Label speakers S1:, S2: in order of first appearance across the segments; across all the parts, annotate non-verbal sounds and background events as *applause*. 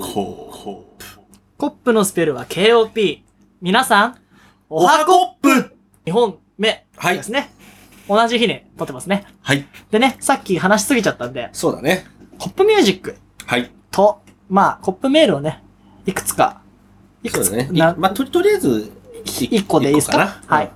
S1: コップのスペルは KOP。皆さん、お
S2: お
S1: は
S2: はコップ
S1: 2本目
S2: はい
S1: ですね。同じ日に撮ってますね。
S2: はい。
S1: でね、さっき話しすぎちゃったんで、
S2: そうだね。
S1: コップミュージック
S2: はい。
S1: と、まあ、コップメールをね、いくつか、い
S2: そ
S1: く
S2: う
S1: つ
S2: だ
S1: か、
S2: ね。い
S1: な
S2: まあ、とり、とりあえず、
S1: 一個でいいですかはい。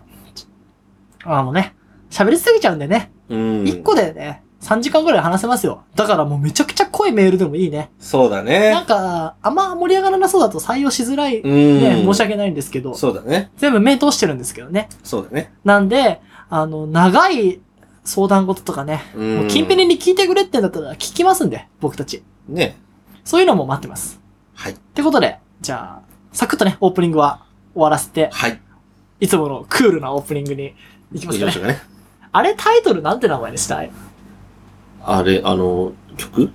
S1: あのね、喋りすぎちゃうんでね、
S2: うん。うん
S1: 一個でね、3時間ぐらい話せますよ。だからもうめちゃくちゃ濃いメールでもいいね。
S2: そうだ
S1: な
S2: ね
S1: ん。か、あんま盛り上がらなそうだと採用しづらい、
S2: う
S1: ね、
S2: ん。
S1: 申し訳ないんですけど、
S2: そうだね。
S1: 全部目通してるんですけどね。
S2: そうだね。
S1: なんで、あの、長い相談事とかね、
S2: う
S1: もう近辺に聞いてくれってんだったら聞きますんで、僕たち。
S2: ね。
S1: そういうのも待ってます。
S2: はい。
S1: ってことで、じゃあ、サクッとね、オープニングは終わらせて、
S2: はい。
S1: いつものクールなオープニングに行き
S2: 行きま
S1: ますかね
S2: しょ。うかね。
S1: あれタイトルなんて名前でしたう
S2: あれ、あの、曲
S1: ん。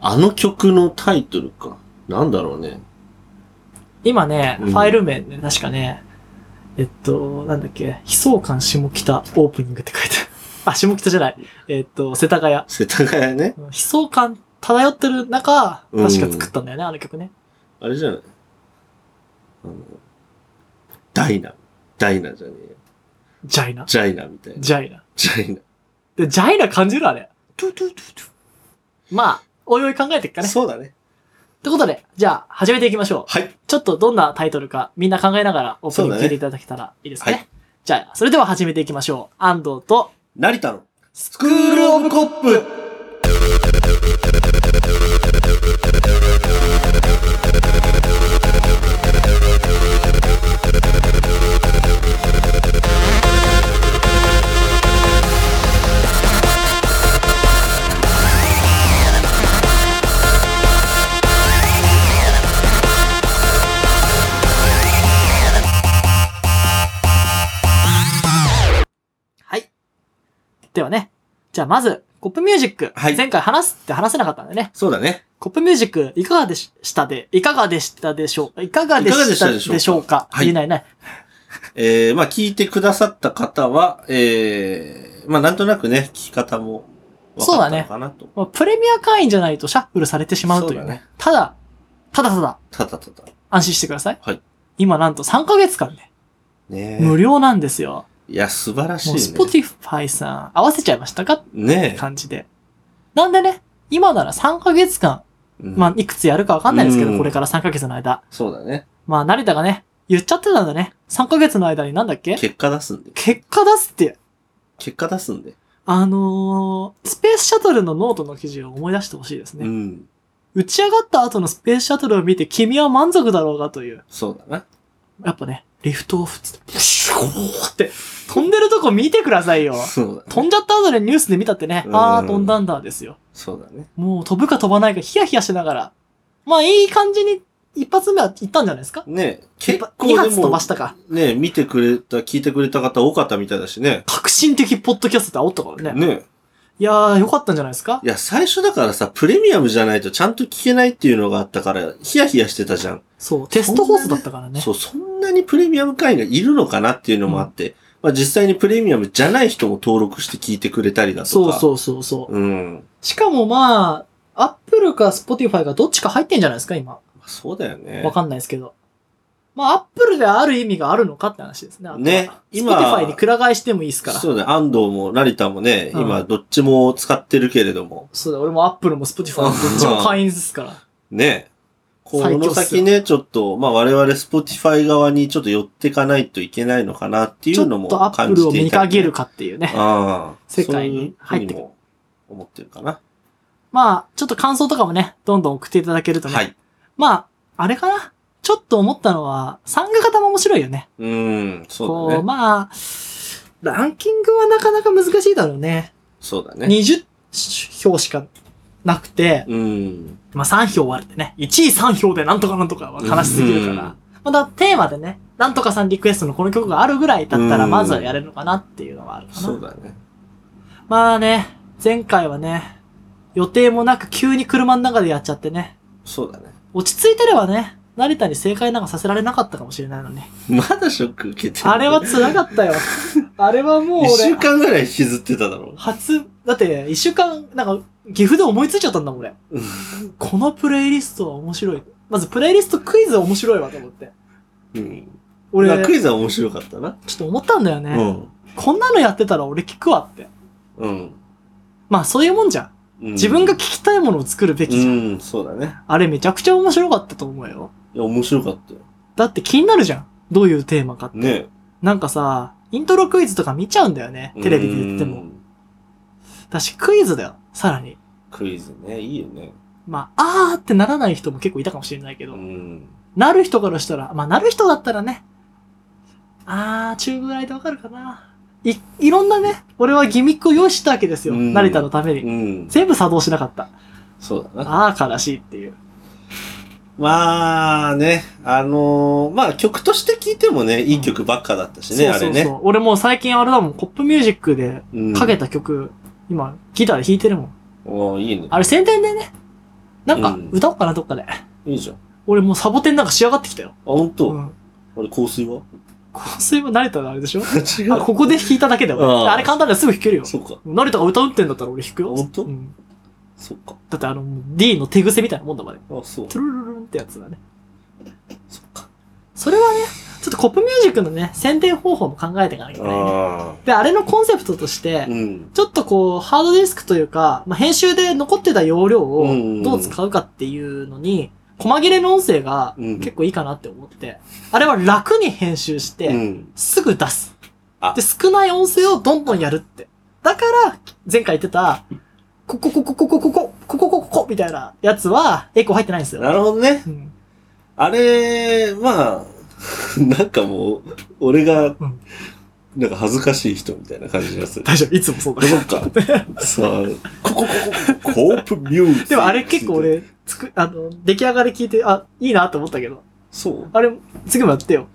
S2: あの曲のタイトルか。なんだろうね。
S1: 今ね、
S2: うん
S1: ファイル名ね、確かね、えっと、なんだっけ、悲壮感下北オープニングって書いてある。あ、下北じゃない。えっと、世田谷。
S2: 世田谷ね。
S1: 悲壮感漂ってる中、
S2: うん
S1: 確か作ったんだよね、あの曲ね。
S2: あれじゃないあの、ダイナ。ダイナじゃねえよ。
S1: ジャイナ。
S2: ジャイナみたいな。
S1: ジャイナ。
S2: ジャイナ。
S1: で、ジャイナ感じるあれ。
S2: トゥトゥトゥト
S1: まあ、おいおい考えていくかね。
S2: そうだね。
S1: ってことで、じゃあ、始めていきましょう。
S2: はい。
S1: ちょっとどんなタイトルか、みんな考えながらオープニング聞いていただけたらいいですかね。
S2: はい
S1: じゃあ、それでは始めていきましょう。安藤と、
S2: 成田のスクールオブコップ
S1: ではね。じゃあ、まず、コップミュージック。
S2: はい
S1: 前回話すって話せなかったんでね。
S2: そうだね。
S1: コップミュージック、いかがでしたで、いかがでしたでしょういかがで
S2: いかがで
S1: し
S2: した
S1: た
S2: でしょうか
S1: でしょうか
S2: はい
S1: 言えないね。
S2: えー、まあ聞いてくださった方は、えー、まあなんとなくね、聞き方も分かったのかなと。
S1: まあプレミア会員じゃないとシャッフルされてしまうという
S2: そう
S1: ね。
S2: だね
S1: ただ、ただただ、
S2: ただただ。
S1: 安心してください。
S2: はい
S1: 今なんと3ヶ月間ね、
S2: ね
S1: 無料なんですよ。
S2: いや、素晴らしい
S1: もう
S2: ね。
S1: スポティファイさん、合わせちゃいましたかって
S2: ね
S1: 感じで。なんでね、今なら3ヶ月間、
S2: うん
S1: まあ、いくつやるかわかんないですけど、
S2: うん
S1: これから3ヶ月の間。
S2: そうだね。
S1: まあ、成田がね、言っちゃってたんだね。3ヶ月の間になんだっけ
S2: 結果出すんで。
S1: 結果出すって、
S2: 結果出すんで。
S1: あのー、スペースシャトルのノートの記事を思い出してほしいですね。
S2: うん。
S1: 打ち上がった後のスペースシャトルを見て、君は満足だろうがという。
S2: そうだな。
S1: やっぱね、リフトオフっつって、プシュー
S2: *laughs*
S1: って、飛んでるとこ見てくださいよ。
S2: そうだ
S1: 飛
S2: ね。
S1: んじゃった後でニュースで見たってね、
S2: うん
S1: あー飛んだんだですよ。
S2: そうだね。
S1: もう飛ぶか飛ばないかヒヤヒヤしながら。まあいい感じに一発目は行ったんじゃないですか
S2: ね結構
S1: 二
S2: で
S1: 発飛
S2: も
S1: ば、したか。
S2: ね見てくれた、聞いてくれた方多かったみたいだしね。
S1: 革新的ポッドキャストって煽ったからね。
S2: ね
S1: いやー、よかったんじゃないですか
S2: いや、最初だからさ、プレミアムじゃないとちゃんと聞けないっていうのがあったから、ヒヤヒヤしてたじゃん。
S1: そう、テスト放送だったからね。
S2: そう、そんなにプレミアム会員がいるのかなっていうのもあって、まあ実際にプレミアムじゃない人も登録して聞いてくれたりだと
S1: そう
S2: か。う
S1: そうそうそう。
S2: そう。うん。
S1: しかもまあ、アップルかスポティファイかどっちか入ってんじゃないですか今。
S2: そうだよね。
S1: わかんないですけど。まあ、アップルである意味があるのかって話ですね。
S2: ね
S1: 今。
S2: 今
S1: スポティファイにくら替えしてもいいですから。そう
S2: そうだよ。安藤も成田もね、
S1: うん
S2: 今どっちも使ってるけれども、
S1: だ、俺もアップルもスポティファイもどっちも会員で
S2: *laughs*
S1: すから。
S2: ね。こ
S1: 最強っすよ
S2: の先ね、ちょっと、まあ我々 Spotify 側にちょっと寄ってかないといけないのかなってい
S1: ちょ
S2: うのも
S1: っとアッ
S2: 感
S1: プ
S2: じ
S1: ルを
S2: てい
S1: 見
S2: た
S1: か
S2: りね、
S1: けるかっていうね。
S2: ああ
S1: 世界に入ってく
S2: そういうふうに
S1: る
S2: も思ってるかな。
S1: まあ、ちょっと感想とかもね、どんどん送っていただけるとね。
S2: はい。
S1: まあ、あれかなちょっと思ったのは、参加型も面白いよね。
S2: うん、そう
S1: こ
S2: だ
S1: う、
S2: ね。
S1: まあ、ランキングはなかなか難しいだろうね。
S2: そうだね。
S1: 20票しかなくて、
S2: うん。
S1: まあ3票割れてね、1位3票でなんとかなんとかは悲しすぎるから
S2: うん。
S1: まあだテーマでね、なんとかさんリクエストのこの曲があるぐらいだったら、
S2: うん
S1: まずはやれるのかなっていうのはあるかな。
S2: そうだね。
S1: まあね、前回はね、予定もなく急に車の中でやっちゃってね、
S2: そうだね。
S1: 落ち着いてればね、成田に正解なんかさせられなかったかもしれないのに。
S2: まだショック受けてる
S1: あれは辛かったよ。あれはもう
S2: 一週
S1: 俺、
S2: 間ぐらい引きずってただろ
S1: 初、だって一週間、なんか岐阜で思いついちゃったんだもん、俺。このプレイリストは面白い。まず、プレイリストクイズ面白いわと思って。
S2: うん。
S1: 俺、
S2: まあク
S1: ちょ
S2: イズは面白かったな。
S1: っと思ったんだよね、
S2: うん。
S1: こんなのやってたら俺聞くわって。
S2: うん。
S1: まあ、そういうもんじゃん。
S2: うん
S1: 自分が聞きたいものを作るべきじゃん。
S2: うん、そうだね。
S1: あれめちゃくちゃ面白かったと思うよ。
S2: いや、面白かったよ。
S1: だって気になるじゃん。どういうテーマかって。
S2: ね
S1: なんかさ、イントロクイズとか見ちゃうんだよね。テレビで言って
S2: う
S1: も。
S2: ん
S1: だし、クイズだよ。さらに。
S2: クイズね、いいよね。
S1: まあ、あーってならない人も結構いたかもしれないけ
S2: う
S1: ど、
S2: ん。
S1: なる人からしたら、まあ、なる人だったらね、あー、中ぐらいでわかるかな。い、いろんなね、俺はギミックを用意したわけですよ。
S2: うん
S1: 成田のために。
S2: うん。
S1: 全部作動しなかった。
S2: そうだな。
S1: あー、悲しいっ
S2: *laughs*
S1: ていう。
S2: まあね、あのーまあ曲として聴いてもね、いい曲ばっかだったしね、
S1: そうそう
S2: あれね。
S1: そう。俺もう最近あれだもん、コップミュージックで
S2: うん
S1: かけた曲、今、ギターで弾いてるもん。
S2: おーいいね。
S1: あれ宣伝でね、なんか
S2: うん、
S1: 歌おうかな、どっかで。
S2: いいじゃん。あ、
S1: 俺もうサボテンなんか仕上がってきたよ。
S2: ほんと、
S1: う
S2: あ
S1: ん。
S2: れ香水は
S1: 香水も慣れたらあれでしょ
S2: 違
S1: あここで弾いただけだよ。
S2: ああ
S1: あれ簡単だよ、すぐ弾けるよ。
S2: そうか。
S1: 成田が歌うってんだったら俺弾くよ。
S2: ほんと
S1: うん
S2: そうか。
S1: だってあの、D の手癖みたいなもんだまで。
S2: あ、そう。
S1: トゥルルルルンってやつだね。
S2: そっか。
S1: それはね、ちょっとコップミュージックのね、宣伝方法も考えていかなきゃいけないね。
S2: あ
S1: で、あれのコンセプトとして
S2: あ。う、ん。
S1: ちょっとこう、ハードディスクというか、まあ、編集で残ってた容量を
S2: うん
S1: どう使うかっていうのに、細切れの音声が
S2: うん
S1: 結構いいかなって思って、あれは楽に編集し
S2: う
S1: て、
S2: ん。
S1: すぐ出す
S2: あ。
S1: で、少ない音声をどんどんやるって。だから、前回言ってた、ここ、ここ、ここ、ここ、ここ、ここ、ここ、みたいなやつは、エコー入ってないんですよ。
S2: なるほどね。
S1: うん
S2: あれ、まあ、 *laughs* なんかもう、俺が
S1: ん、
S2: なんか恥ずかしい人みたいな感じが
S1: *laughs*
S2: する。
S1: 大丈夫、いつもそうだ。
S2: そっか。
S1: *laughs*
S2: さあ、ここ、ここ、コープミュージック
S1: でもあれ結構。俺、つく、あの、出来上がり聞いて、あ、いいなと思ったけど、
S2: そう。
S1: あれ、次もやってよ。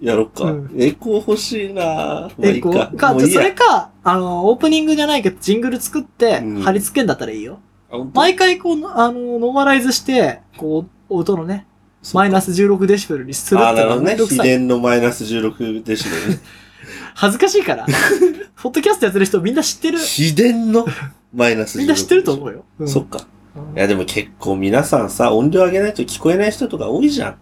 S2: やろっか。
S1: うん
S2: エコー欲しいなぁ。まあい
S1: え、
S2: いか
S1: こう、か、
S2: もう
S1: じゃ
S2: い
S1: あ
S2: いや
S1: それか、あの、オープニングじゃないけど、ジングル作って
S2: うん、
S1: 貼り付けんだったらいいよ。
S2: あ本当
S1: 毎回、こう、あの、ノーマライズして、こう、音のね、
S2: そうか
S1: マイナス16デシベルにするっ
S2: あ
S1: て
S2: あ、なるほど
S1: め
S2: ね。
S1: んどく
S2: 秘
S1: さい。
S2: 伝のマイナス16デシベル
S1: *laughs*
S2: ね。
S1: 恥ずかし
S2: *laughs*
S1: いから。ポッドキャストやってる人みんな知ってる。
S2: 秘伝のマイナス16。
S1: みんな知ってると思うよ。うん
S2: そっか。
S1: うん
S2: いやでも結構皆さんさ、音量上げないと聞こえない人とか多いじゃん。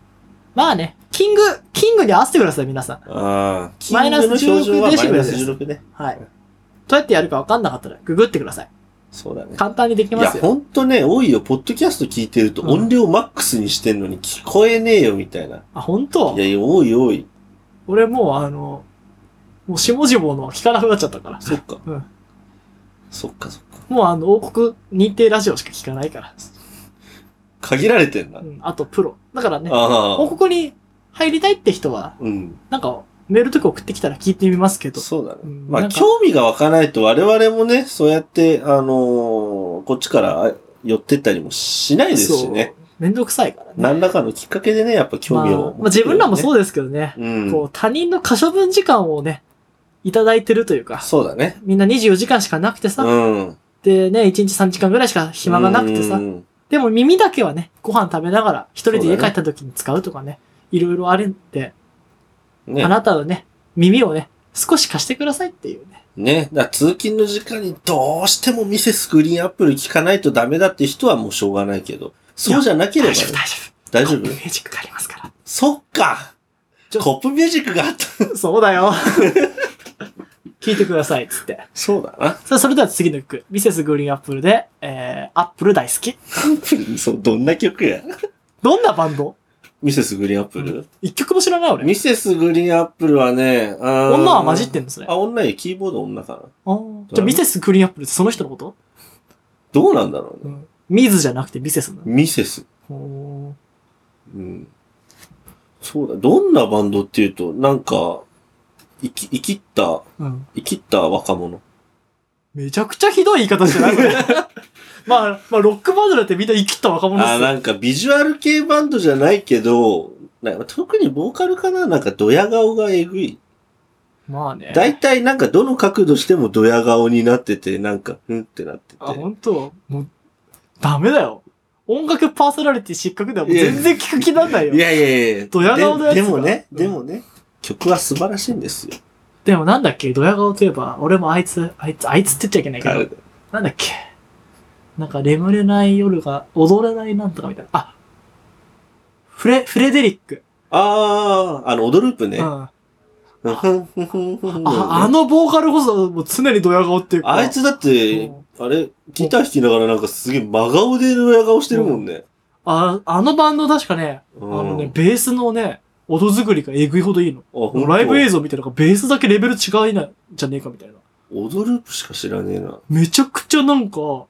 S1: まあね、キング、キングに合わせてください、皆さん。
S2: ああ。
S1: マイナス16
S2: キングの表情は
S1: デシベ
S2: マ
S1: ル
S2: イナ
S1: です
S2: ス16ね。
S1: はい。どうやってやるか分かんなかったら、ググってください。
S2: そうだね。
S1: 簡単にでき
S2: い
S1: ま
S2: や、
S1: すよ。
S2: ほんとね、多いよ。ポッドキャスト聞いてると
S1: うん
S2: 音量マックスにしてんのに聞こえねえよ、みたいな。
S1: あ、本当
S2: いやいや、多い多い。
S1: 俺もう、あの、もう下々の聞かなくなっちゃったから。
S2: そっか。
S1: うん
S2: そっかそっか。
S1: もうあの、王国認定ラジオしか聞かないから。
S2: 限られてんな。
S1: うん、あとプロ。だからね、
S2: あ
S1: 王
S2: あ。
S1: 国に入りたいって人は、
S2: うん。
S1: なんか、メールとか送ってきたら聞いてみますけど。
S2: そうだね。
S1: うん
S2: ま
S1: な
S2: あ、
S1: んか
S2: 興味が湧かないと我々もね、そうやって、あのーこっちからあ寄ってったりもしないですしね。
S1: めんどくさいからね。
S2: 何らかのきっかけでね、やっぱ興味を、
S1: まあ、まあ自分らもそううですけどね、
S2: だね。う
S1: こ
S2: ん。
S1: う、他人の可処分時間をね、いただいてるというか、
S2: そうだね。
S1: みんな24時間しかなくてさ、
S2: うん。
S1: でね、1日3時間ぐらいしか暇がなくてさ
S2: う、ん
S1: でも耳だけはね、ご飯食べながら、一人で家帰った時に使うとかね、いろいろあるんで、
S2: ね
S1: あ。なたのね、耳をね、少し貸してくださいっていうね。
S2: ね。だから通勤の時間にどうしても見せスクリーンアップル聞かないとダメだって人はもうしょうがないけど。そうじゃなければ
S1: 大
S2: ね、
S1: 丈夫、大丈
S2: 大丈
S1: 夫。コップ
S2: 夫
S1: ミュージックがありますから。
S2: そっか
S1: ちょ
S2: コップミュージックがあった。
S1: *laughs* そうだよ。聞いてください、つって。
S2: そうだな。
S1: さあ、それでは次の曲。ミセスグリーンアップルで、えー、アップル大好き。
S2: *laughs* そう、どんな曲や
S1: どんなバンド
S2: ミセスグリーンアップル、
S1: 一曲も知らない俺。
S2: ミセスグリーンアップルはね、あー
S1: 女は混じってんのそれ。あ
S2: あ、女よ、キーボード女かな。
S1: ーじゃあ、ミセスグリーンアップルってその人のこと
S2: どうなんだろうね。
S1: ミズじゃなくてミセスな
S2: ミセス。
S1: の。おー
S2: うん。そうだ、どんなバンドっていうと、なんか、生き、生きった、
S1: うん。
S2: 生きった若者。
S1: めちゃくちゃひどい言い方じゃないこれ
S2: *laughs*
S1: まあ、まあ、ロックバンドだってみんな生きった若者
S2: あー、
S1: ですよ。
S2: なんかビジュアル系バンドじゃないけど、な特にボーカルかななんかドヤ顔がえぐい。
S1: まあね。
S2: 大体なんかどの角度してもドヤ顔になってて、なんか、うんってなってて。
S1: あ、本当もう、ダメだよ。音楽パーソナリティ失格だよ。もう
S2: いや
S1: 全然聞く気なんないよ。
S2: いやいやいや
S1: ドヤ顔のやつ
S2: で
S1: が
S2: でもね、
S1: うん
S2: でもね、曲は素晴らしいんですよ。
S1: でもなんだっけドヤ顔といえば、俺もあいつ、あいつ、あいつって言っちゃいけないけど、なんだっけなんか眠れない夜が踊れないなんとかみたいな。あフレ、フレデリック。
S2: ああ、あの、オドループね
S1: う。ん。
S2: うんふんふんふんふんふん
S1: あ、あのボーカルこそもう常にドヤ顔っていうか。
S2: あいつだって、あれ、ギター弾きながらなんかすげえ真顔でドヤ顔してるもんね。
S1: あ、あのバンド確かね、
S2: あ
S1: あのね、、ベースのね、音作りがえぐいほどいいの。
S2: あほんと
S1: ライブ映像みたいなのがベースだけレベル違いなんじゃねえかみたいな。
S2: オドループしか知らねえな。
S1: めちゃくちゃなんか、
S2: オ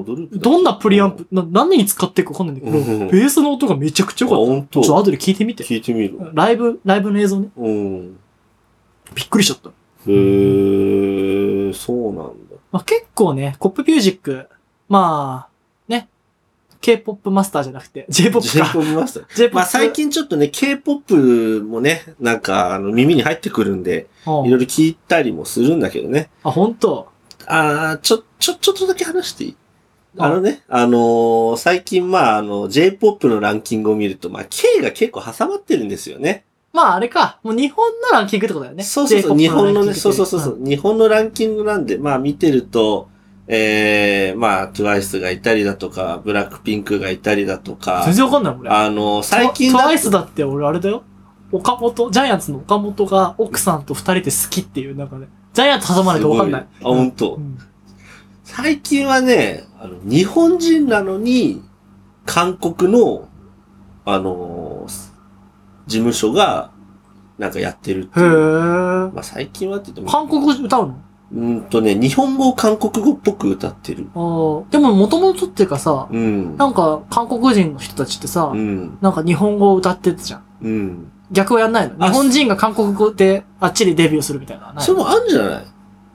S2: ドループだ
S1: どんなプリアンプ、な何に使っていくかわかんないんだけど、
S2: うん
S1: ベースの音がめちゃくちゃ
S2: あ、
S1: 良かっ
S2: ほん
S1: た。ちょっと
S2: と。
S1: 後で聞いてみて。
S2: 聞いてみる。
S1: ライブ、ライブの映像ね。
S2: うん。
S1: びっくりしちゃった。
S2: へー、そうなんだ。
S1: まあ、結構ね、コップミュージック、まあ、ね、K-POP マスターじゃなくて、J-POP
S2: *laughs*
S1: か。
S2: J-POP マスター。
S1: J-POP。
S2: まあ最近ちょっとね、K-POP もね、なんかあの耳に入ってくるんで、
S1: うん、
S2: いろいろ聞いたりもするんだけどね。
S1: あ、本当
S2: あー、ちょ、ちょ、ちょっとだけ話していい
S1: あ
S2: あのね、あのー最近まあ、あの、J-POP のランキングを見ると、まあ、K が結構挟まってるんですよね。
S1: まあ、あれか。もう日本のランキングってことだよね。
S2: そうそうそう、
S1: J-POP
S2: 日本の
S1: ランキング
S2: ね、
S1: って
S2: そうそうそうそう、日本のランキングなんで、まあ見てると、えー、まあ、TWICE がいたりだとか、ブラックピンクがいたりだとか
S1: 全、然わかんないもんね。
S2: あのー最近
S1: ト
S2: だ
S1: ワ
S2: と
S1: イスだって俺あれだよ。岡本、ジャイアンツの岡本が奥さんと二人で好きっていう、なんかね、ジャイアンツ挟まれてわかんない。
S2: すごあ、本当、
S1: うん
S2: 最近はね、あの、日本人なのに、韓国の、あのー事務所が、なんかやってるって
S1: へ
S2: いう。
S1: ー。
S2: まあ最近はって言っても、
S1: 韓国語歌う
S2: うーんとね、日本語を韓国語っぽく歌ってる。
S1: のああ。でも元々っていうかさ、
S2: うん。
S1: なんか韓国人の人たちってさ、
S2: うん。
S1: なんか日本語を歌ってたじゃん。
S2: うん。
S1: 逆はやんないの。
S2: あ
S1: 日本人が韓国語であっちでデビューするみたいな。ない
S2: それもあるんじゃない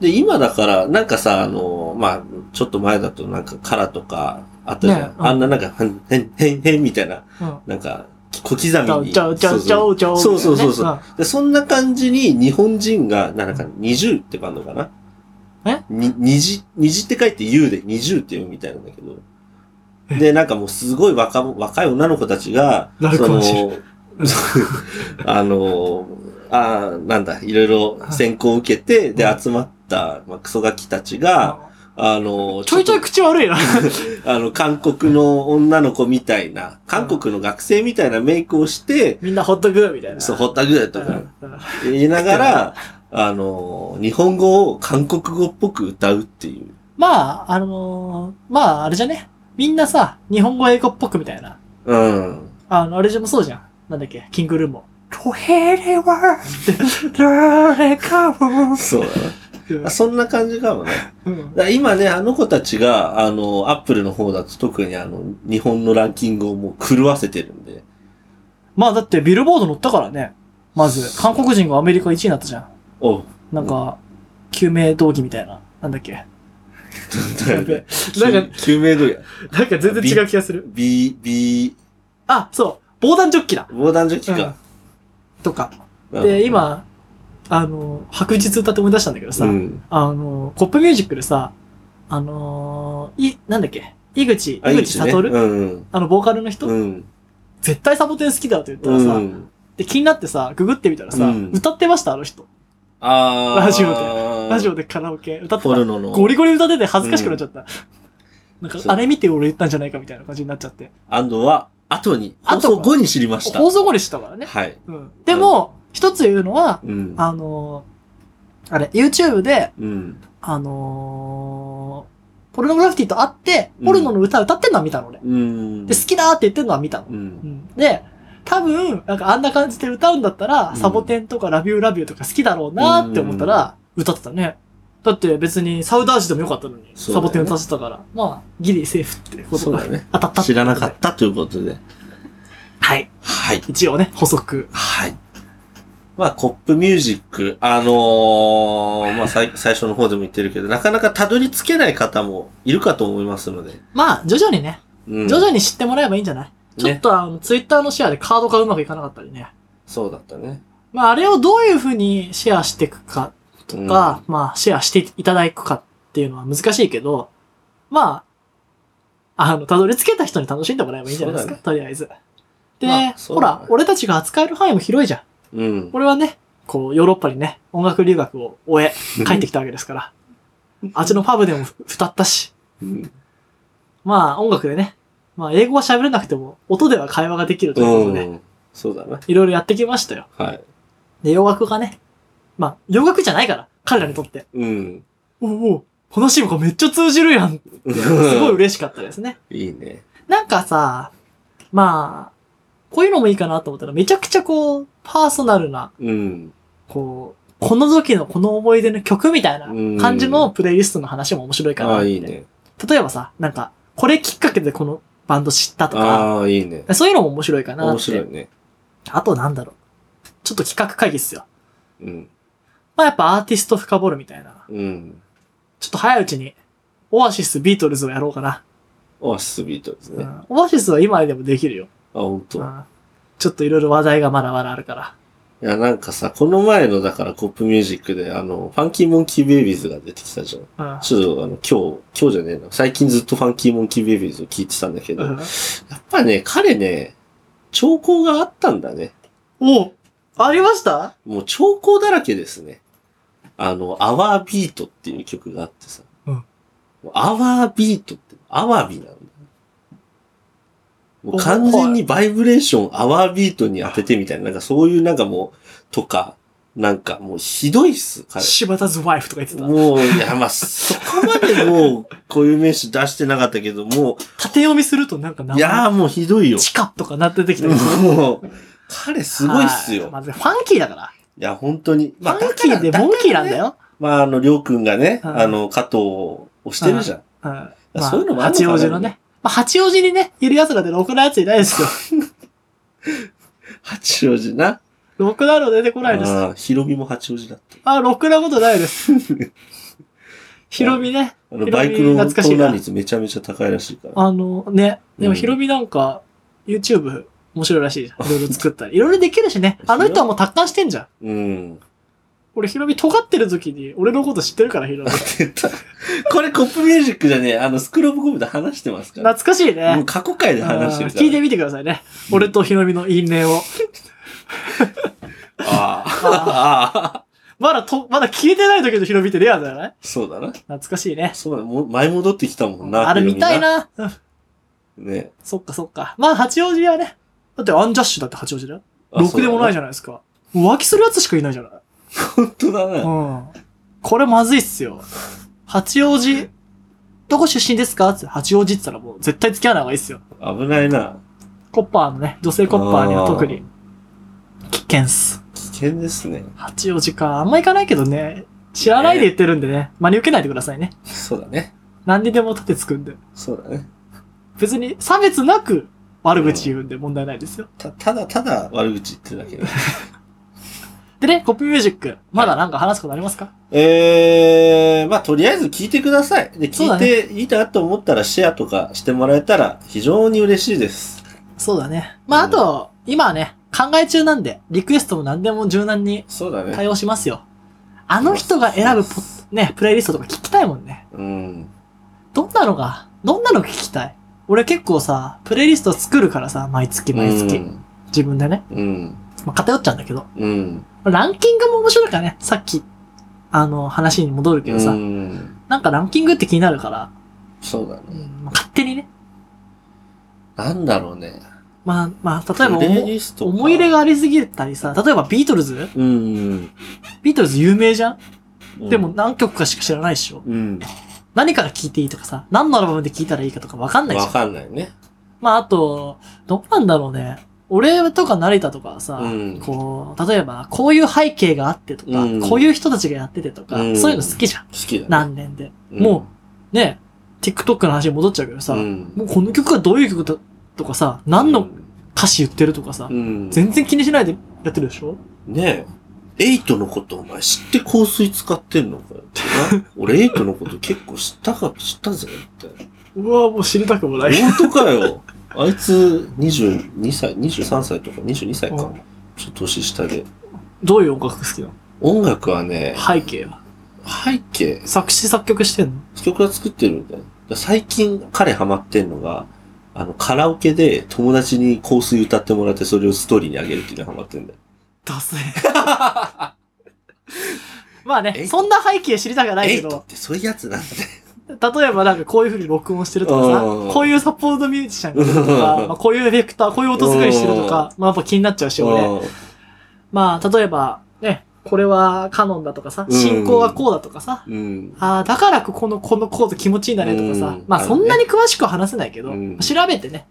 S2: で、今だから、なんかさ、あの、まあ、ちょっと前だとなんかカラとかあったじゃん。
S1: ねうん
S2: あんななんか、へん、へん、へん、へんみたいな、
S1: うん。
S2: なんか、小刻
S1: ちゃ
S2: み
S1: う
S2: に。
S1: ちゃうちゃうちゃうちゃう。
S2: そうそうそうそう
S1: ね
S2: で、そんな感じに日本人が、なんか20ってバンドかな
S1: え
S2: に、虹、虹って書いて U で20って読むみたいなんだけど。で、なんかもうすごい若も、若い女の子たちが、
S1: ラルク
S2: そ
S1: マ
S2: の
S1: ンシ、
S2: あの、あーなんだ、いろいろ選考を受けて、で、集まった、まあ、クソガキたちが、
S1: う
S2: あの、
S1: んちょいちょい
S2: っ
S1: 口悪いな。
S2: と、あの、韓国の女の子みたいな、韓国の学生みたいなメイクをして、
S1: みんなホットグーみたいな。
S2: そう、ほったぐれと
S1: う
S2: か、
S1: んうん
S2: 言いながら、あの、日本語を韓国語っぽく歌うっていう。
S1: まあ、あのーまあ、あれじゃね。みんなさ、日本語英語っぽくみたいな。
S2: うん。
S1: あの、あれじゃもそうじゃん。なんだっけ、キングルーも。ロヘレワーって、ロレカブ
S2: そうだな。あそんな感じかもね。
S1: うん
S2: だから今ね、あの子たちが、あの、アップルの方だと特にあの、日本のランキングをもう狂わせてるんで。
S1: まあ、だってビルボード乗ったからね。まず、韓国人がアメリカ1位になったじゃん。
S2: おう。
S1: なんか、救命道着みたいな。なんだっけ。
S2: なん
S1: べえ *laughs* なん
S2: か、救命具や。
S1: なんか全
S2: 然違
S1: う気がする。
S2: B、B、
S1: あ、そう。防弾ジョッキだ。
S2: 防弾ジョッキか。
S1: とか。
S2: うん
S1: で、、今、あの、白日歌って思い出したんだけどさ。
S2: うん。
S1: あの、コップミュージックでさ、あのー、い、なんだっけ井口、井
S2: あいいで
S1: 口
S2: すね
S1: 悟、
S2: うん。
S1: あの、ボーカルの人、
S2: うん。
S1: 絶対サボテン好きだよって言った
S2: う
S1: らさ、
S2: ん。
S1: で、気になってさ、ググってみたらさ、
S2: うん
S1: 歌ってました、あの人。
S2: あー
S1: ラジオでラジオ
S2: で。
S1: でカラオケ歌って
S2: ポル
S1: た。
S2: ノの。
S1: ゴリゴリ歌ってて恥ずかしくなっちゃった。なん
S2: そう
S1: か、あれ見て俺言ったんじゃないかみたいな感じになっちゃって。
S2: アンドは、後に、放
S1: 後
S2: 送後に知りました。
S1: 放送後にしたからね。
S2: はい。
S1: うん。でも、一つ言うのは、
S2: うん。
S1: あのー、あれ、YouTube で、
S2: うん。
S1: あのー、ポルノグラフィティと会って、ポルノの歌歌ってんのは見たの俺。
S2: うん。
S1: で、好きだって言ってるのは見たの。
S2: うん。
S1: で、多分、なんかあんな感じで歌うんだったら、
S2: うん
S1: サボテンとかラビューラビューとか好きだろうなって思ったら、歌ってたね。だって別にサウダージでもよかったのに、
S2: そうだよね
S1: サボテン歌ってたから、まあ、ギリセーフってこと
S2: そう
S1: が
S2: だね。
S1: 当たった
S2: 知らなか
S1: た。
S2: ったということで。
S1: はい。
S2: はい。
S1: 一応ね、補足。
S2: はい。まあ、コップミュージック、あのー、まあ、最最初の方でも言ってるけど、なかなかたどり着けない方もいるかと思いますので。
S1: まあ、徐々にね、
S2: うん。
S1: 徐々に知ってもらえばいいんじゃない、ちょっ
S2: ね。
S1: とあの、ツイッターのシェアでカードがうまくいかなかったりね。
S2: そうだったね。
S1: まあ、あれをどういう風にシェアしていくかとか、まあ、シェアしていただくかっていうのは難しいけど、まあ、あの、たどり着けた人に楽しんでもらえばいいんじゃないですか、
S2: そ
S1: とりあえず。で、
S2: まあそ
S1: ほ
S2: うだね
S1: ら、俺たちが扱える範囲も広いじゃん。
S2: うん。
S1: 俺はね、こう、ヨーロッパにね、音楽留学を終え、帰ってきたわけですから。あっちのパブでもふ歌ったし、
S2: うん
S1: まあ音楽でね、まあ英語は喋れなくても、音では会話ができるということで、
S2: うん。そうだな。
S1: いろいろやってきましたよ。
S2: はい。
S1: で、洋楽がね、まあ洋楽じゃないから、彼らにとって。
S2: うん。
S1: おうおう、話がめっちゃ通じるやんって、すごい嬉しかったですね。
S2: いいね。
S1: なんかさ、まあ、こういうのもいいかなと思ったら、めちゃくちゃこう、パーソナルな、
S2: うん。
S1: こう、この時のこの思い出の曲みたいな感じのプレイリストの話も面白いかな
S2: あ
S1: っ
S2: あ、
S1: て
S2: いいね。
S1: 例えばさ、なんか、これきっかけでこのバンド知ったとか、
S2: ああ、いいね。
S1: そういうのも面白いかなって。
S2: 面白いね。
S1: あとなんだろう。ちょっと企画会議っすよ。
S2: うん。
S1: まあやっぱアーティスト深掘るみたいな。
S2: うん。
S1: ちょっと早いうちに、オアシス、ビートルズをやろうかな。
S2: オアシスビートです
S1: う
S2: ね。あ、
S1: ん、オアシスは今でもできるよ。
S2: 本当。
S1: う
S2: い
S1: んちょっといろいろ話題がまだまだあるから。
S2: や、なんかさ、この前の、だから、コップミュージックで、あの、ファンキーモンキーベイビーズが出てきたじゃん。
S1: うん
S2: ちょっと、あの、今日、今日じゃねえな。最近ずっとファンキーモンキーベイビーズを聞いてたんだけど、
S1: う
S2: や
S1: ん
S2: っぱね、彼ね、兆候があったんだね。
S1: おありました
S2: もう兆候だらけですね。あの、アワービートっていう曲があってさ。
S1: うん
S2: もうアワービートって、アワビなんだよ。もう完全にバイブレーション、アワービートに当ててみたいな、なんかそういうなんかもう、とか、なんかもうひどいっす、彼。
S1: 柴田ズワイフとか言ってた。
S2: もう、いや、まあ、そこまでもう、こういう名詞出してなかったけど、も
S1: 縦読みするとなんか名
S2: う、いやーもうひどいよ。
S1: 地下とかなっててきたりする
S2: もう、彼すごいっす
S1: は
S2: よ。
S1: まずファンキーだから。
S2: いや、本当に。まあ
S1: ファンキーでモンキーな
S2: だからだから
S1: んだ。
S2: ね
S1: よ。
S2: まあ、あの、りょうくんがね、
S1: うん
S2: あの、加藤を押してるじゃん。
S1: うん。ま
S2: やそういうのもあるのか
S1: 八
S2: な
S1: 王子のね。まあ、八王子にね、いる奴らでろくな奴いないですよ。
S2: *laughs* 八王子な。
S1: ろくなの出てこないです。
S2: ああ、ひろみも八王子だった。
S1: あ、ろくなことない
S2: *laughs*
S1: です。ヒロミね。
S2: あの、
S1: ひろみ
S2: バイクの
S1: 懐かし
S2: 盗
S1: いな
S2: 難率めちゃめちゃ高いらしいから。
S1: あの、ね。で
S2: う
S1: も
S2: ん
S1: ヒロミなんか、YouTube 面白いらしいじゃん。いろいろ作ったり。いろいろできるしね。あの人はもう達観してんじゃん。
S2: うん。
S1: 俺ヒロミ尖ってる時に俺のこと知ってるからヒロ
S2: *laughs*
S1: ミ。
S2: 出たこれコップミュージックじゃねえ、あの、スクローブコブで話してますから。
S1: 懐かしい
S2: もう
S1: ね。
S2: 過去回で話してるから。
S1: 聞いてみてくださいね。俺とヒロミの因縁を。
S2: ああ。ああ。
S1: まだと、まだ聞いてない時のヒロミってレアじゃない
S2: そうだな。
S1: 懐かしいね。
S2: そうだ、もう前戻ってきたもんな。
S1: あれ
S2: ひろ
S1: 見
S2: み
S1: たい。な。うん
S2: ね。
S1: そっかそっか。まあ、八王子はね。だってアンジャッシュだって八王子だよ。
S2: あ
S1: ろくでもないじ
S2: ゃん。
S1: ゃないですか。浮気するやつしかいないじゃない。
S2: 本当だな。
S1: うん。これまずいっすよ。八王子、どこ出身ですかって八王子って言ったらもう絶対付き合わない方がいいっすよ。
S2: 危ないな。
S1: コッパーのね、女性コッパーには特に危険っす。
S2: 危険ですね。
S1: 八王子か。あんま行かないけどね。知らないで言ってるんでね。真に受けないでくださいね。
S2: そうだね。
S1: 何にでも立てつくんで。
S2: そうだね。
S1: 別に差別なく悪口言うんで問題ないですよ。
S2: た、ただただ悪口言ってるだけだ。
S1: でね、コップミュージック、まだなんか話すことありますか
S2: えー、まあ、とりあえず聞いてください。で、
S1: そう
S2: 聞
S1: だ
S2: い
S1: ね
S2: ていいなと思ったらシェアとかしてもらえたら非常に嬉しいです。
S1: そうだね。まあ、あと、今はね、考え中なんで、リクエストも何でも柔軟に
S2: そうだね。
S1: 対応しますよ。あの人が選ぶポッね、プレイリストとか聞きたいもんね。
S2: うん。
S1: どんなのが、どんなの聞きたい俺結構さ、プレイリスト作るからさ、毎月毎
S2: う
S1: 月。
S2: ん。
S1: 自分でね。
S2: うん。
S1: まあ、偏っちゃうんだけど。
S2: うん。
S1: ランキングも面白いからね。さっき、あの、話に戻るけどさ、
S2: うん
S1: なんかランキングって気になるから、
S2: そうだ
S1: う
S2: ね。
S1: んまあ勝手にね。
S2: なんだろうね。
S1: まあ、まあ、例えば
S2: プレイ
S1: 思、
S2: リストか
S1: 思い入れ。がありすぎたりさ、例えばビートルズ
S2: うん。
S1: ビートルズ有名じゃん、
S2: うん
S1: でも、何曲かしか知らないでしょ
S2: うん。
S1: 何から聞いていいとかさ、何のアルバムで聞いたらいいかとかわかんないじゃん
S2: わかんないね。
S1: まあ、あと、どうなんだろうね。俺とか成田とかはさ、
S2: うん
S1: こう、例えば、こういう背景があってとか、
S2: うん
S1: こういう人たちがやっててとか、
S2: うん
S1: そういうの好きじゃん。
S2: 好きだね。
S1: 何年で。
S2: うん
S1: もね、TikTok の話に戻っちゃうけどさ、
S2: うん。
S1: もうこの曲がどういう曲だとかさ、何の歌詞言ってるとかさ
S2: う、ん。
S1: 全然気にしないでやってるでしょ
S2: ねえ、エイトのことお前知って香水使ってんのかよってな。俺エイトのこと結構知ったか、知ったぜって。
S1: うわもう知りたくもない。
S2: 本当かよ。あいつ22歳、23歳とか22歳
S1: う
S2: か
S1: ん。
S2: ちょっと年下で。
S1: *laughs* どういう音楽好きなの
S2: 音楽はね、
S1: 背景は。
S2: 背景、
S1: 作詞作曲してんの
S2: 曲は作ってるんだよ。最近彼ハマってんのが、あの、カラオケで友達に香水歌ってもらってそれをストーリーにあげるっていうのがハマってんだよ。
S1: ダセえ *laughs* まあね、そんな背景知りたくはない
S2: エ
S1: け
S2: イトっ
S1: ど、
S2: てそういうやつなんだよ。
S1: 例えばなんかこういう風に録音してるとかさ
S2: うん、
S1: こういうサポートミュージシャンがいるとか、まあこういうエフェクター、こういう音作りしてるとか、まあやっぱ気になっちゃうし、俺。
S2: うん
S1: まあ例えば、ね、これはカノンだとかさ、
S2: うん
S1: 進行はこうだとかさ、
S2: うん。
S1: ああ、だからここの、このコード気持ちいいんだねとかさ
S2: うん、
S1: まあ
S2: ある
S1: そ
S2: ね
S1: んなに詳しくは話せないけど
S2: うん、
S1: 調べてね、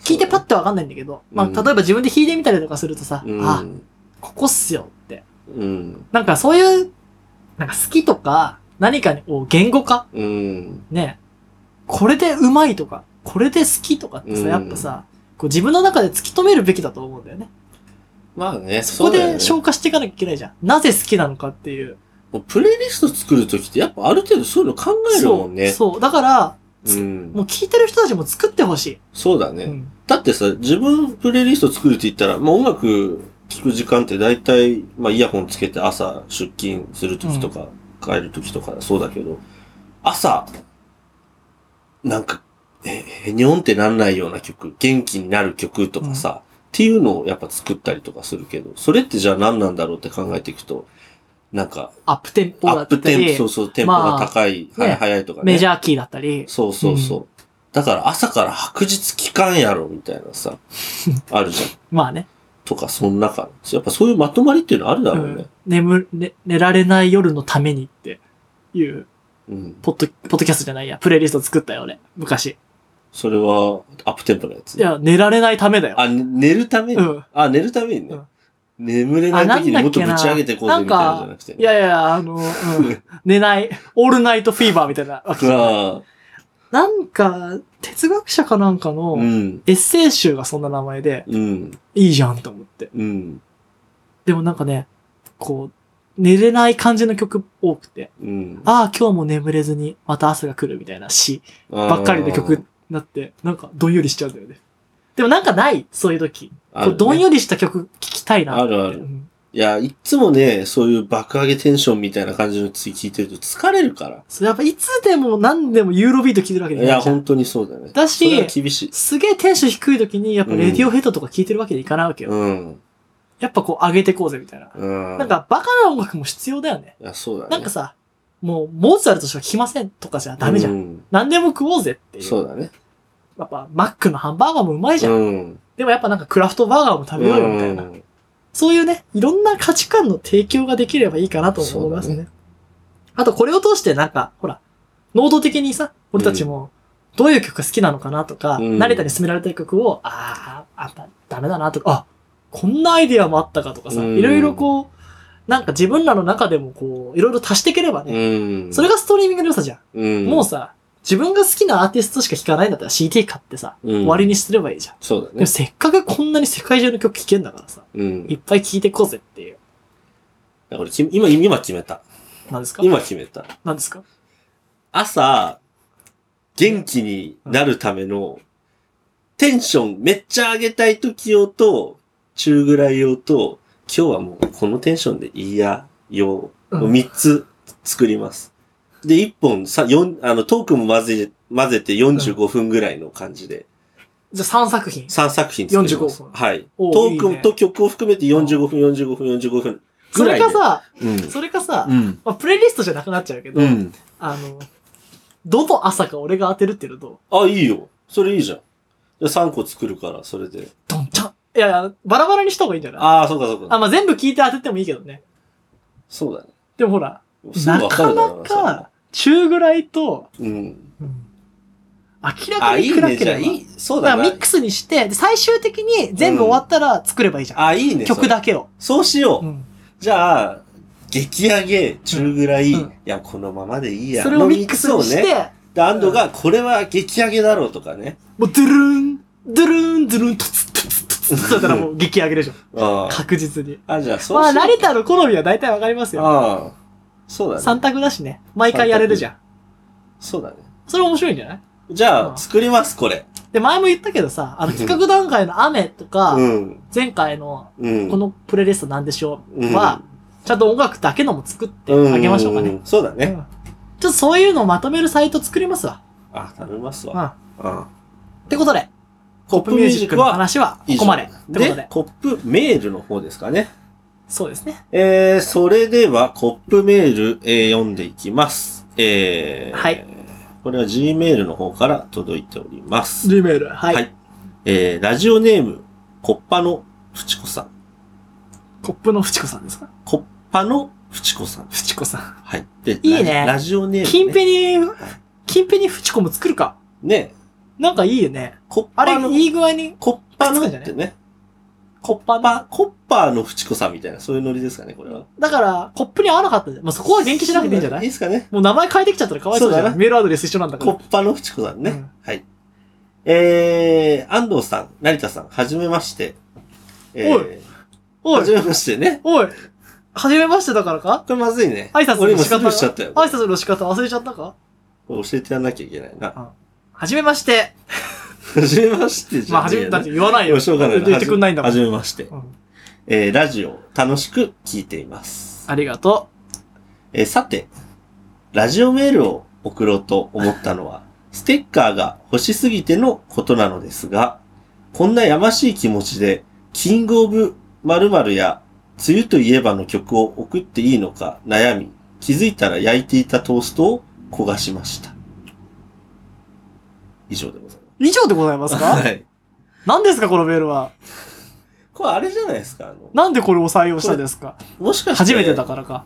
S1: 聞いてパッてわかんないんだけど、まあ
S2: うん
S1: 例えば自分で弾いてみたりとかするとさ
S2: う、ん
S1: あ、ここっすよって。
S2: うん。
S1: なんかそういう、なんか好きとか、何かを言語化
S2: うん。
S1: ね、これでうまいとか、これで好きとかってさ、
S2: うん
S1: やっぱさ、こう自分の中で突き止めるべきだと思うんだよね。
S2: まあね、
S1: そこ
S2: うだよ
S1: で
S2: ね
S1: 消化していかなきゃいけないじゃん。なぜ好きなのかっていう。
S2: もうプレイリスト作るときってやっぱある程度そういうの考えるもんね。
S1: そう。そう。だから、
S2: う
S1: そ
S2: ん
S1: もう聞いてる人たちも作ってほし
S2: そうだ
S1: い。
S2: ね、
S1: うん。
S2: だってさ、自分プレイリスト作るって言ったら、まあ音楽聴く時間って大体、まあイヤホンつけて朝出勤するときとか、帰るときとかそうだけど、朝、なんか、え、へにょんってなんないような曲、元気になる曲とかさ、っていうのをやっぱ作ったりとかするけど、それってじゃあ何なんだろうって考えていくと、なんか、
S1: アップテンポ
S2: ア
S1: だ
S2: ッ
S1: った
S2: プテン
S1: り
S2: ポ、、そうそう、テンポが高い、
S1: ま
S2: は
S1: あね
S2: い早いとかね。
S1: メジャーキーだったり。
S2: そうそうそう。
S1: う
S2: だから朝から白日期間やろ、みたいなさ、 *laughs* あるじゃん。
S1: まあね。
S2: とか、そんな感じ。やっぱそういうまとまりっていうのあるだ
S1: う
S2: ろうね
S1: ん。、眠、ね、寝られない夜のためにっていう、
S2: うん。
S1: ポッド、ポッドキャストじゃないや、プレイリスト作ったよ、俺。昔。
S2: それは、アップテンポのやつ。
S1: いや、寝られないためだよ。
S2: あ、ね寝るために、
S1: うん。
S2: あ、寝るためにね。
S1: うん
S2: 眠れない時にもっとぶち上げてこうぜみたいなのじゃなくて、
S1: いやいや、あ
S2: *laughs*
S1: の、うん、寝ない、オールナイトフィーバーみたいなわけじゃない。
S2: あ
S1: なんか、哲学者かなんか
S2: あ、う
S1: の
S2: ん。
S1: エッセイ集がそんな名前で、
S2: うん。
S1: いいじゃんと思って。
S2: うん。
S1: でもなんかね、こう、寝れない感じの曲多くて、
S2: うん。
S1: ああ、今日も眠れずにまた朝が来るみたいな詩ばっかりの曲になって、なんかどんよりしちゃうんだよね。でもなんかないそういう時。
S2: あー、ある
S1: こ
S2: ね
S1: うどんよりした曲聞きたいなって。
S2: あるある
S1: うん
S2: いや、いっつもね、そういう爆上げテンションみたいな感じのつい聞いてると疲れるから。
S1: そうやっぱいつでも何でもユーロビート聴いてるわけ
S2: い
S1: じゃな
S2: や、
S1: いじゃん。
S2: 本当にそうだね。
S1: だ
S2: そ
S1: し、
S2: れは厳しい。
S1: すげえテンション低い時に、やっぱレディオヘッドとか聞いてるわけにいかないわけよ。
S2: うん。
S1: やっぱこう上げてこうぜみたいな。
S2: うん。
S1: なん、かバカな音楽も必要だよね。
S2: いや、そうだね。
S1: なんかさ、もうモーツァルトしか聴きませんとかじゃダメじゃん。
S2: うん。
S1: 何でも食おうぜっていう。
S2: そうだね。
S1: やっぱマックのハンバーガーもうまいじゃん。
S2: うん。
S1: でもやっぱなんかクラフトバーガーも食べようよみたいな。
S2: うん
S1: そういうね、いろんな価値観の提供ができればいいかなと思いますね。
S2: そう
S1: あとこれを通してなんか、ほら、能動的にさ、俺たちも、どういう曲が好きなのかなとか、
S2: うん
S1: 成田に勧められたい曲を、ああ、あんたダメだなとか、あ、こんなアイディアもあったかとかさ、
S2: うん
S1: いろいろこう、なんか自分らの中でもこう、いろいろ足していければね、
S2: うん。
S1: それがストリーミングの良さじゃん。
S2: うん、
S1: もうさ、自分が好きなアーティストしか聴かないんだったら CD 買ってさ、
S2: うん、
S1: 終わりにすればいいじゃん。
S2: そうだ
S1: でも
S2: ね。
S1: せっかくこんなに世界中の曲聴けんだからさ、
S2: うん。
S1: いっぱい聴いてこうぜっていう。
S2: だからき今、今決めた。
S1: 何ですか
S2: 今決めた。
S1: 何ですか
S2: 朝、元気になるための、テンションめっちゃ上げたい時用と、中ぐらい用と、今日はもうこのテンションでいいや、用、
S1: うん
S2: 3つ作ります。で、1本、さ、四あの、トークも混ぜ、混ぜて45分ぐらいの感じで、
S1: じゃあ3作品。
S2: 3作品作ります。
S1: 45分
S2: はい。ト
S1: おー
S2: ー
S1: いい
S2: ク
S1: ね
S2: と曲を含めて45分、45分、45分
S1: そ
S2: ぐら
S1: れ
S2: いで。
S1: かさ、
S2: うん
S1: それかさ、
S2: うん。
S1: まあ、プレイリストじゃなくなっちゃうけど、
S2: うん。
S1: あの、どの朝か俺が当てるっていうのと、
S2: あ、いいよ。それいいじゃん。じゃあ3個作るから、それで。
S1: ドンちゃん。いやいや、バラバラにした方がいいんじゃないあ
S2: ああ、そうかそうか。
S1: まあ、全部聞いて当ててもいいけどね。
S2: そうだね。
S1: でもほら、
S2: すぐ
S1: な
S2: わか
S1: か
S2: るだろ
S1: な
S2: うそれ
S1: か、中ぐらいと、
S2: うん。
S1: 明ら
S2: あ、
S1: か
S2: い
S1: に
S2: い
S1: 暗
S2: ね。
S1: け
S2: じゃ
S1: れ
S2: あ、
S1: ば。
S2: いい。そう
S1: だか
S2: だ
S1: ら
S2: な
S1: ミックスにして、で最終的に全部終わったら作ればいいじゃん。
S2: あ、いいね。
S1: 曲だけを。
S2: それ。そうしよう。
S1: うん
S2: じゃあ、激上げ、中ぐらい、
S1: うんうん
S2: いや、このままでいいや。
S1: それをミックスにし
S2: のミックスをね。
S1: て、
S2: で、アンドが、これは激上げだろうとかね。
S1: もう、ドゥルン、ドゥルン、ドゥルン、トツトツトツそうやったらもう激上げでしょ。
S2: あー
S1: 確実に。
S2: あ、じゃあ、そう
S1: まあ、
S2: しよ
S1: 成田の好みは大体わかります
S2: う。
S1: よ。
S2: ああ。そうだ
S1: 三
S2: ね。
S1: 択だしね。毎回やれるじゃん。
S2: そうだね。
S1: それ面白いんじゃない
S2: じゃ
S1: うん
S2: あ、作ります、これ。
S1: で、前も言ったけどさ、あの、企画段階の雨とか、
S2: うん。
S1: 前回の
S2: うん。
S1: このプレイリストなんでしょ
S2: うん
S1: うは、ちゃんと音楽だけのも作ってあげましょうかね。
S2: ん。んそうだ
S1: うん
S2: ね。
S1: ちょっとそういうのをまとめるサイト作りますわ。
S2: あ、頼みます
S1: うん。
S2: わ。
S1: っ
S2: うん。
S1: てことで、
S2: コッ
S1: ポップミュージックの話はこ
S2: 以上
S1: こまで。ってことで。
S2: で、コップメールの方ですかね。
S1: そうですね。
S2: えー、それではコップメール、えー読んでいきます。えー、
S1: はい。
S2: これは Gmail の方から届いております。
S1: リメール。は
S2: はい
S1: い。
S2: えー、ラジオネーム、コッパのフチコさん。
S1: コップのフチコさんですか
S2: コッパのフチコさん。
S1: フチコさん。
S2: はい。で、
S1: いいね
S2: ラジオネーム、ね。
S1: 金ペニ、金ペニフチコも作るか。
S2: ね。
S1: なんかいいよね。
S2: コッ
S1: あ
S2: パ
S1: れ、
S2: の、
S1: いい具合に、
S2: コッパの
S1: くっつくんじゃ
S2: っ
S1: な
S2: て
S1: い
S2: ね。
S1: コッパの。
S2: パ、コッパーのフチコさんみたいな、そういうノリですかね、これは。
S1: だから、コップに合わなかったんじゃん。まあ、そこは言及しなくていいんじゃない
S2: いいですかね。
S1: もう名前変えてきちゃったらかわいそうじ
S2: そう
S1: ゃ
S2: だ
S1: ん。
S2: な
S1: メールアドレス一緒なんだか
S2: コ
S1: ら。
S2: ッパのフチコさんね。
S1: うん
S2: はい。えー、安藤さん、成田さん、はじめまして。え
S1: お
S2: ー、
S1: お
S2: はじ
S1: い、
S2: めましてね。
S1: おい、はじめましてだからか
S2: これまずいね。
S1: 挨拶
S2: 俺
S1: の
S2: も
S1: 仕
S2: ス
S1: 方
S2: ルーしちゃったよ。
S1: 挨拶の仕方忘れちゃったか
S2: これ教えてやんなきゃいけないな。
S1: はじめまして。
S2: はじめましてじ
S1: ま
S2: ゃ
S1: あ、はじめ、だっ
S2: して
S1: 言わないよ。
S2: しょうがないな。
S1: 言ってくんないんだもん
S2: はじめまして。
S1: うん
S2: えー、ラジオ、楽しく聞いています。
S1: ありがと
S2: えーさて、ラジオメールを送ろうと思ったの
S1: *laughs*。
S2: は、ステッカーが欲しすぎてのことなのですが、こんなやましい気持ちで、キングオブ〇〇や、梅雨といえばの曲を送っていいのか悩み、気づいたら焼いていたトーストを焦がしました。以上でございう
S1: 以上でございま
S2: ますす。
S1: か
S2: い。
S1: 何ですか、このメールは。
S2: これあれじゃないですか、あの、
S1: なんでこれを採用したんですか
S2: もしかして、
S1: 初めてだからか。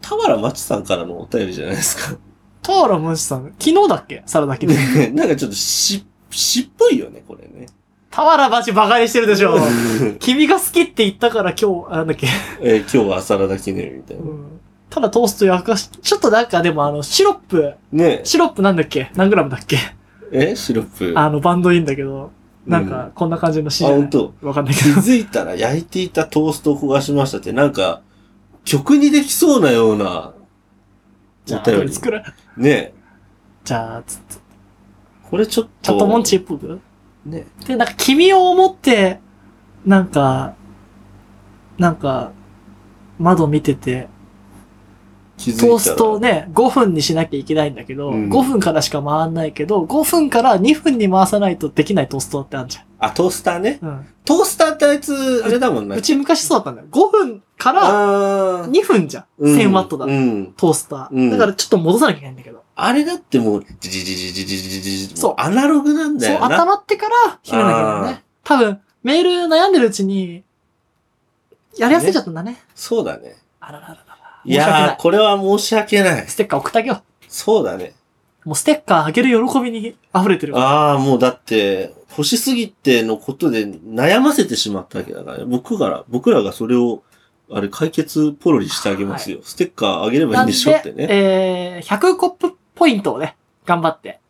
S2: 田原町さんからのお便りじゃないですか。 *laughs*
S1: 田原文史さん、昨日だっけサラダキで。
S2: ねなんかちょっとし、しっぽいよね、これね。
S1: 田原町バカにしてるでしょ。
S2: え
S1: 君が好きって言ったから今日、あなんだっけ。
S2: ー今日はサラダ記念みたいな。
S1: ただトースト焼かし、ちょっとなんかでもあの、シロップ、
S2: ね
S1: シロップなんだっけ何グラムだっけ
S2: え、えシロップ。
S1: あの、バンドいいんだけど、なんか、こんな感じの
S2: う
S1: シ
S2: ん、あ、
S1: ー
S2: 本
S1: ン。
S2: 当。
S1: わかんないけ
S2: 気
S1: ど。
S2: づいたら焼いていたトーストを焦がしましたって、なんか、曲にできそうなような、
S1: *laughs* じゃあ、
S2: お便り
S1: 作る。
S2: ね
S1: じゃあ、つ
S2: これちょっと。
S1: チャットモンチーっぽく。
S2: ね
S1: で、なんか、君を思って、なんか、なんか、窓見てて、
S2: 気づいた
S1: ト
S2: ら。
S1: ーストをね、5分にしなきゃいけないんだけど、
S2: うん
S1: 5分からしか回んないけど、5分から2分に回さないとできないトーストってあるじ
S2: あ、トースターね。
S1: ゃん。うん。
S2: トースターってあいつ、あれだもんな。
S1: うち昔そうだったんだよ。5分から
S2: あー
S1: 2分じゃん。
S2: うん
S1: 1000ワットだ。
S2: うん。
S1: トースタ
S2: うん
S1: ー。だからちょっと戻さなきゃいけないんだけど。
S2: あれだってもう、じじじじじじじじじ
S1: そう
S2: アナログなんだ
S1: そう、
S2: よな。
S1: 温まってから、ひねなきゃいけない
S2: あ
S1: ね。多分、メール悩んでるうちに、やりやすいちゃったんだね。
S2: そうだね。
S1: あらららら。
S2: い
S1: 申し訳な
S2: やー、
S1: い。
S2: これは申し訳ない。
S1: ステッカー送ってあげよ
S2: そうだね。
S1: う。もうステッカーあげる喜びに溢れてる。
S2: ああ、もうだって、欲しすぎてのことで悩ませてしまったわけだから、僕から、僕らがそれを、あれ、解決ポロリしてあげますよ。ステッカーあげればいい
S1: なんん
S2: で
S1: で
S2: しょって、ね。
S1: えー、100コップポイントをね、頑張って、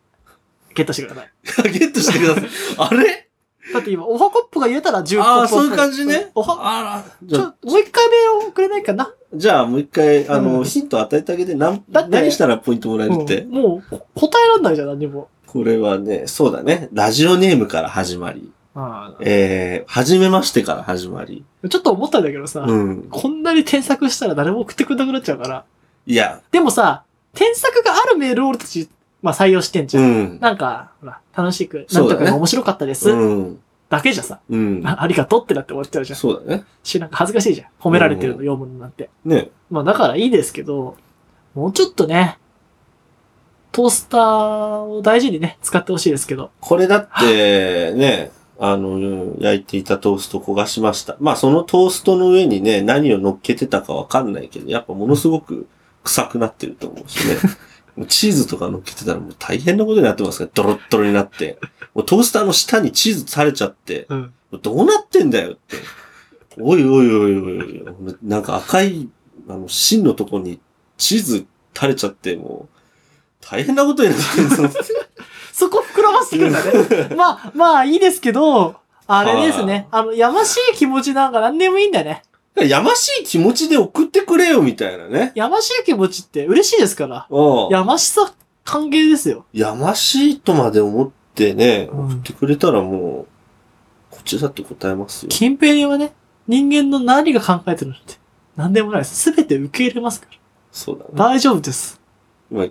S1: ゲットしてください。
S2: ゲットしてください。あれ
S1: だって今、オハコップが言えたら10コップ。
S2: ああ、そういう感じね。
S1: オハ、
S2: あら。じ
S1: ち
S2: ゃ
S1: ょ、
S2: あ、
S1: もう一回メールをくれないかな。
S2: じゃあもう一回、あの、
S1: うん
S2: ヒント与えてあげて、なん
S1: だって
S2: 何したらポイントもらえるって。
S1: うんもう、答えられないじゃん、何も。
S2: これはね、そうだね。ラジオネームから始まり、
S1: あ
S2: えー、はじめましてから始まり。
S1: ちょっと思ったんだけどさ、
S2: うん。
S1: こんなに添削したら誰も送ってくれなくなっちゃうから。
S2: いや、
S1: でもさ、添削があるメールを俺たち、まあ採用してんじ
S2: う
S1: ゃん。
S2: ん。
S1: なんか、ほら、楽しく、な
S2: そ
S1: ん
S2: うだ
S1: と
S2: ね
S1: かが面白かったです。
S2: うん。
S1: だけじゃさ、
S2: うん。
S1: あありがとうってなって終わっちゃうじゃん。
S2: そうだね。
S1: し、なんか恥ずかしいじゃん。褒められてるの読むのなんて。
S2: ね。
S1: まあだからいいですけど、もうちょっとね、トースターを大事にね、使ってほしいですけど。
S2: これだって、ね、あの、焼いていたトースト焦がしました。まあ、そのトーストの上にね、何を乗っけてたかわかんないけど、やっぱものすごく臭くなってると思うし
S1: *laughs*
S2: ね。もうチーズとか乗っけてたらもう大変なことになってますから、ドロッドロになって。もうトースターの下にチーズされちゃって、
S1: うん。
S2: どうなってんだよって。おいおいおいおいおい、なんか赤い、あの、芯のとこにチーズ垂れちゃって、もう、大変なことになってるんですよ
S1: *laughs* そこ膨らませてくるんだね。まあ、まあいいですけど、あれですね。あの、やましい気持ちなんか何でもいいんだよね。
S2: やましい気持ちで送ってくれよ、みたいなね。
S1: やましい気持ちって嬉しいですから。
S2: うん。や
S1: やましさ歓迎ですよ。
S2: ましいとまで思ってね、
S1: うん
S2: 送ってくれたらもう、こっちだって答えますよ。
S1: 近平にはね、人間の何が考えてるのって、何でもないです。すべて受け入れますから。
S2: そうだね。
S1: 大丈夫です。
S2: 今、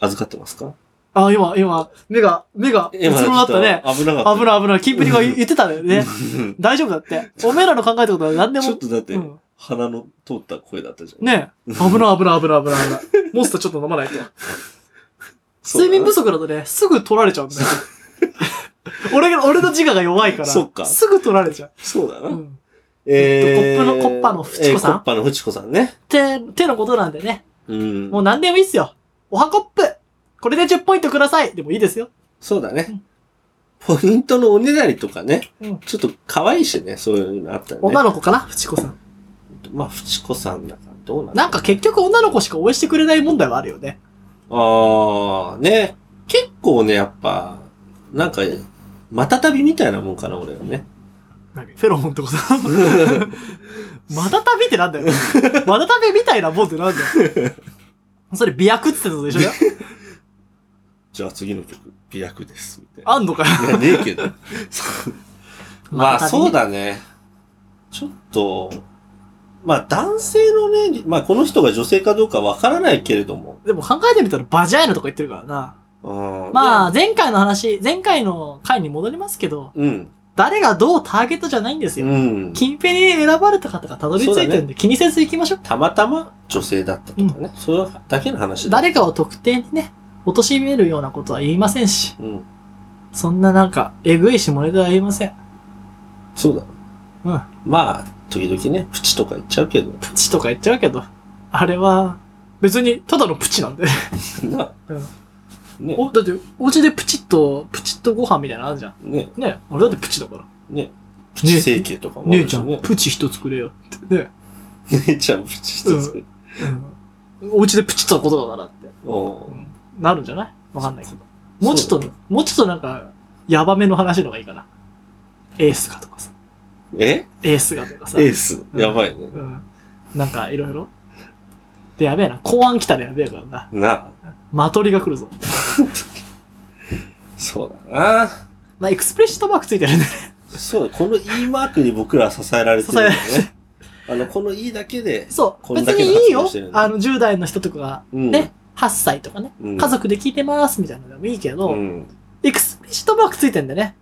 S2: 預かってますか
S1: あ、今、今、目が、目が、うつろ
S2: 今、
S1: だったね。
S2: 危なかった。 *laughs*
S1: 危ない危ない。近平が言言ってたよね。
S2: うん *laughs*
S1: 大丈夫だって。おめえらの考えたことは何でも。
S2: ちょっとだって、
S1: うん
S2: 鼻の通った声だったじゃん。
S1: ねえ。危ない危ない危ない危ない危ない。モンスターちょっと飲まないと。
S2: そうだ
S1: 睡
S2: な
S1: 眠不足だとね、すぐ取られちゃうんだよ。
S2: *laughs*
S1: 俺が、俺の自我が弱いから、
S2: そっか
S1: すぐ取られちゃ
S2: そうだ
S1: う。
S2: な。
S1: うん。
S2: え
S1: コッ
S2: ー、
S1: プのコッパのフチコさん
S2: えーコッパのフチコさんね。
S1: て、てのことなんでね。
S2: うん。
S1: もう何でもいいっすよ。おはコップこれで10ポイントくださいでもいいですよ。
S2: そうだ
S1: うん
S2: ね。ポイントのおねだりとかね。
S1: うん
S2: ちょっと可愛いしね、そういうのあったよね
S1: 女。の子かなフチコさん。
S2: まあ、フチコさんだからどうなんだ
S1: なんか結局女の子しか応援してくれない問題はあるよね。
S2: ああ、ね。結構ね、やっぱ、なんか、またたびみたいなもんかな、俺は *laughs* ね。
S1: 何フェロモンってことまだ旅ってなんだよ。まだ旅みたいなもんってなんだよ。それ、美薬って言ってたのでしょ
S2: じゃあ次の曲、美薬です、みたいな。
S1: あんのかよ。
S2: いや、ねえ *laughs* けど。そうまあ、そうだね。ちょっと、まあ、男性のね、まあ、この人が女性かどうかわからないけれども。
S1: でも考えてみたらバジャイナとか言ってるからな。
S2: うん
S1: ま
S2: あ、
S1: あ、前回の話、前回の回に戻りますけど、
S2: うん。
S1: 誰がどうターゲットじゃないんです
S2: う
S1: よ。
S2: ん。
S1: 近辺に選ばれた方がたどり着いてるんで、気にせず行きましょう。
S2: たまたま女性だったとかね。それだけの話だ。
S1: 誰かを特定にね、貶めるようなことは言いませんし、
S2: うん。
S1: そんななんか、えぐいし漏れでは言いません。
S2: そうだ。
S1: うん。
S2: まあ、時々ね、プチとか言っちゃうけど。
S1: プチとか言っちゃうけど、あれは、別に、ただのプチなんで。
S2: な、
S1: うん
S2: ね、
S1: お、だって、お家でプチッと、プチッとご飯みたいなのあるじゃん。
S2: ね、
S1: ね俺だってプチだから。
S2: ね、プチ整形とかもあ
S1: 姉
S2: る
S1: ち
S2: し
S1: ゃん
S2: ね、。
S1: プチ一つくれよって。ね。
S2: 姉ちゃん、プチ一つ。
S1: うん、お家でプチッとのことだからって。
S2: おう
S1: なるんじゃないわかんないけど。もうちょ
S2: そ
S1: っと
S2: う、
S1: もうちょっとなんか、やばめの話の方がいいかな。エースがとかさ。
S2: え
S1: エースがとかさ。
S2: エース。やばいね。
S1: うん。なんか、いろいろ。で、やべえな。公安来たらやべえからな。
S2: な、
S1: マトリが来るぞ。
S2: そうだな。
S1: まあ、エクスプレッシットマークついてるんでね。
S2: そうだ、この E マークに僕らは支えられてるんだよ
S1: 支えら
S2: ね。あの、この E だけで、
S1: そう。
S2: こん
S1: 別
S2: だけの
S1: にいいよ
S2: 発言してる。んだ
S1: あの、10代の人とかが、
S2: うん
S1: ね、8歳とかね、
S2: うん
S1: 家族で聞いてますみたいなのでもいいけど、
S2: うん。
S1: エクスプレッシットマークついてんでね、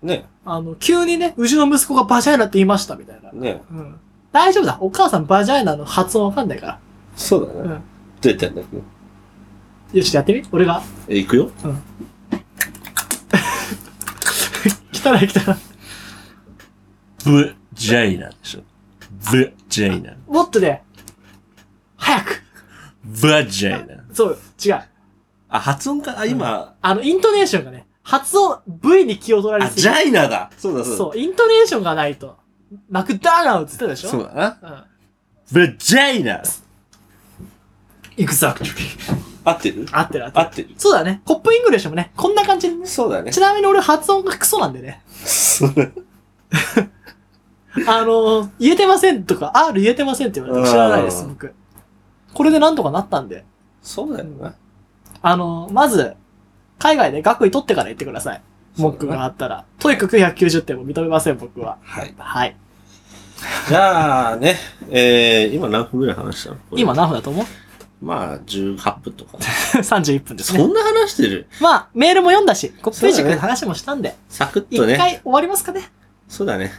S2: ね、
S1: あの、急にね、うちの息子がバジャイナって言いましたみたいな。
S2: ね、
S1: うん。大丈夫だ。お母さんバジャイナの発音わかんないから。
S2: そうだね。
S1: うん
S2: どうやってやんだっけ
S1: よし、やってみ俺が。
S2: え、行くよ。
S1: 汚い汚い。
S2: ブ・ジャイナでしょ。ブ・ジャイナ。
S1: もっとね、早く。
S2: バジャイナ。
S1: そう、違う。
S2: あ、発音か、あ、今、
S1: あの、イントネーションがね、発音、V に気を取られ
S2: あ、
S1: すぎ
S2: ジャイナだ。そうだ、そう
S1: そう、イントネーションがないと。マクダーナウって言ってたでし
S2: だ。
S1: ょ
S2: そうだな。
S1: うん。
S2: ブ・ジャイナ。
S1: exactly.
S2: 合ってる
S1: 合ってる合って
S2: 合
S1: る。
S2: ってる。
S1: そうだね。コップイングリッシュもね、こんな感じでね。
S2: そうだね。
S1: ちなみに俺発音がクソなんでね。あのー、言えてませんとか、R 言えてませんって言われて知らないです、
S2: うん
S1: 僕。これでなんとかなったんで。
S2: *laughs* そうだよな。
S1: あのー、まず、海外で学位取ってから言ってください。文句があったら。トイック990点も認めません、僕は。
S2: はい。
S1: はい。
S2: じゃあね、えー、今何分ぐらい話したのこれ
S1: 今何分だと思う
S2: *laughs* まあ、18分とか。
S1: ?31 分です
S2: そ
S1: ね。
S2: んな話してる
S1: まあ、メールも読んだし、コップイ
S2: そ
S1: ジ
S2: う
S1: ク
S2: だね
S1: の話もしたんで、
S2: サクッ
S1: 一、
S2: とね。
S1: 回終わりますかね。
S2: そうだね。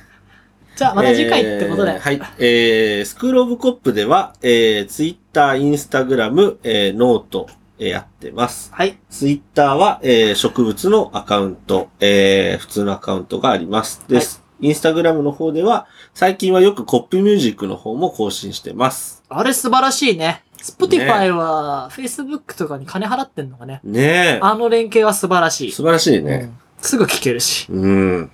S1: じゃあ、また次回ってことで。
S2: えーはい。えー、スクールオブコップでは、えー、ツイッター、インスタグラム、えー、ノート、えー、やってます。
S1: はい。
S2: ツイッターは、えー植物のアカウント、えー普通のアカウントがあります。です。インスタグラムの方では、最近はよくコップミュージックの方も更新してます。
S1: あれ素晴らしいね。Spotify は Facebook とかに金払ってんのかね。
S2: ね
S1: あの連携は素晴ら
S2: え。
S1: しい。
S2: 素晴らしい
S1: うん
S2: ね。
S1: すぐ聞けるし。
S2: うん。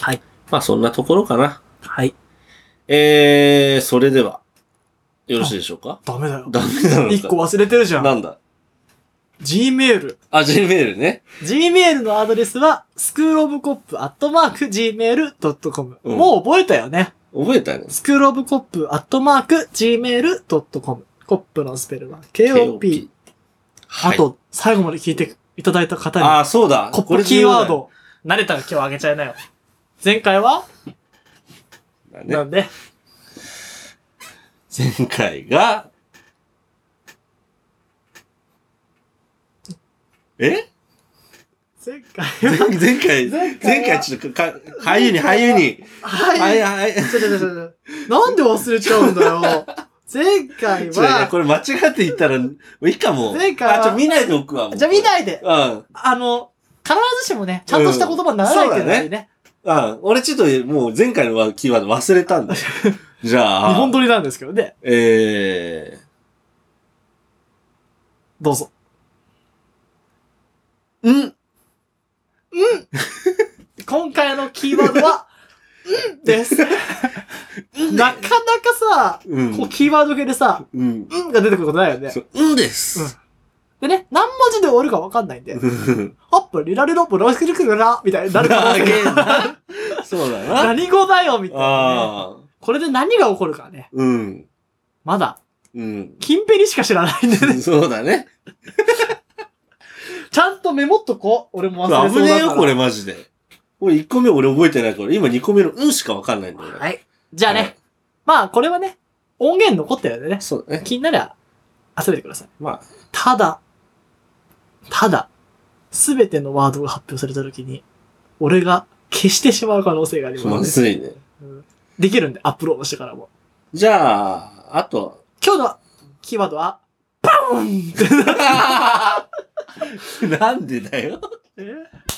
S1: はい。
S2: まあそんなところかな。
S1: はい。
S2: えー、それでは、よろしいでしょうか
S1: ダメだよ。
S2: ダメなのか。
S1: 一個忘れてるじゃ。
S2: なんんだ。
S1: Gmail。
S2: あ、Gmail ね。
S1: Gmail のアドレスは、schoolofcop.gmail.com。
S2: うん
S1: もう覚えたよね。
S2: 覚えたね。
S1: schoolofcop.gmail.com。コップのスペルは KOP。。あ
S2: はい。
S1: と、最後まで聞いていただいた方に
S2: あ、そうだ。
S1: コッ
S2: これ
S1: プ
S2: 重
S1: キー
S2: 要だ
S1: ワード、慣れたら今日あげちゃいなよ。前回は、
S2: だね
S1: なんで、
S2: 前回が、え
S1: 前回
S2: 前
S1: は、
S2: *laughs* 前回、前
S1: 前回は
S2: 回ちょっとか、か俳優に、俳優に。は、
S1: はいい。
S2: はい。
S1: ちょちょちょちょ。なんで忘れちゃうん
S2: *laughs*
S1: だよ。前回
S2: ちょいや
S1: は、
S2: これ間違って言ったら、もういいかも。
S1: 前回は
S2: あ、ちょ、見ないでおくわ。もう
S1: じゃあ見ないで。
S2: うん。
S1: あの、必ずしもね、ちゃんとした言葉にならないっていうのは
S2: うんそう
S1: ね、
S2: あ、俺ちょっともう前回のキーワード忘れたんだ。
S1: *laughs*
S2: じゃあ、
S1: 日本撮りなんですけどね。
S2: え
S1: どうぞ。
S2: ー、ん
S1: 今回のキーワードは、うんです。なかなかさ、
S2: う。
S1: こうんキーワード系でさ、
S2: うん。
S1: うんが出てくることないよね。
S2: そううんです。
S1: でね、何文字で終わるかわかんないんで、
S2: うん。
S1: アップリラレロップロスクルクルラみたいになるから、
S2: そうだな。
S1: 何語だよみたいな、ね。
S2: ああ。
S1: これで何が起こるかね、
S2: うん。
S1: まだ、
S2: うん。
S1: キンペリしか知らないんでね、
S2: そうだね。
S1: ちゃんとメモっとこう。俺も忘れそう
S2: 危
S1: だから
S2: ねえよ、これマジで。俺1個目俺覚えてないから、今2個目のうんしかわかんないんだよ。
S1: はい。じゃあね、
S2: はい
S1: まあこれはね、音源残ってるんでね、
S2: そうだね。
S1: 気になりゃ集めてください。
S2: ま
S1: ただ、ただ、すべてのワードが発表されたときに、俺が消してしまう可能性があり
S2: あ、
S1: ま、
S2: ますずいね。
S1: うんできるんで、アップロードしてからも。
S2: じゃあ、あと。
S1: 今日のキーワードは、バーンって
S2: *laughs* なんでだよ。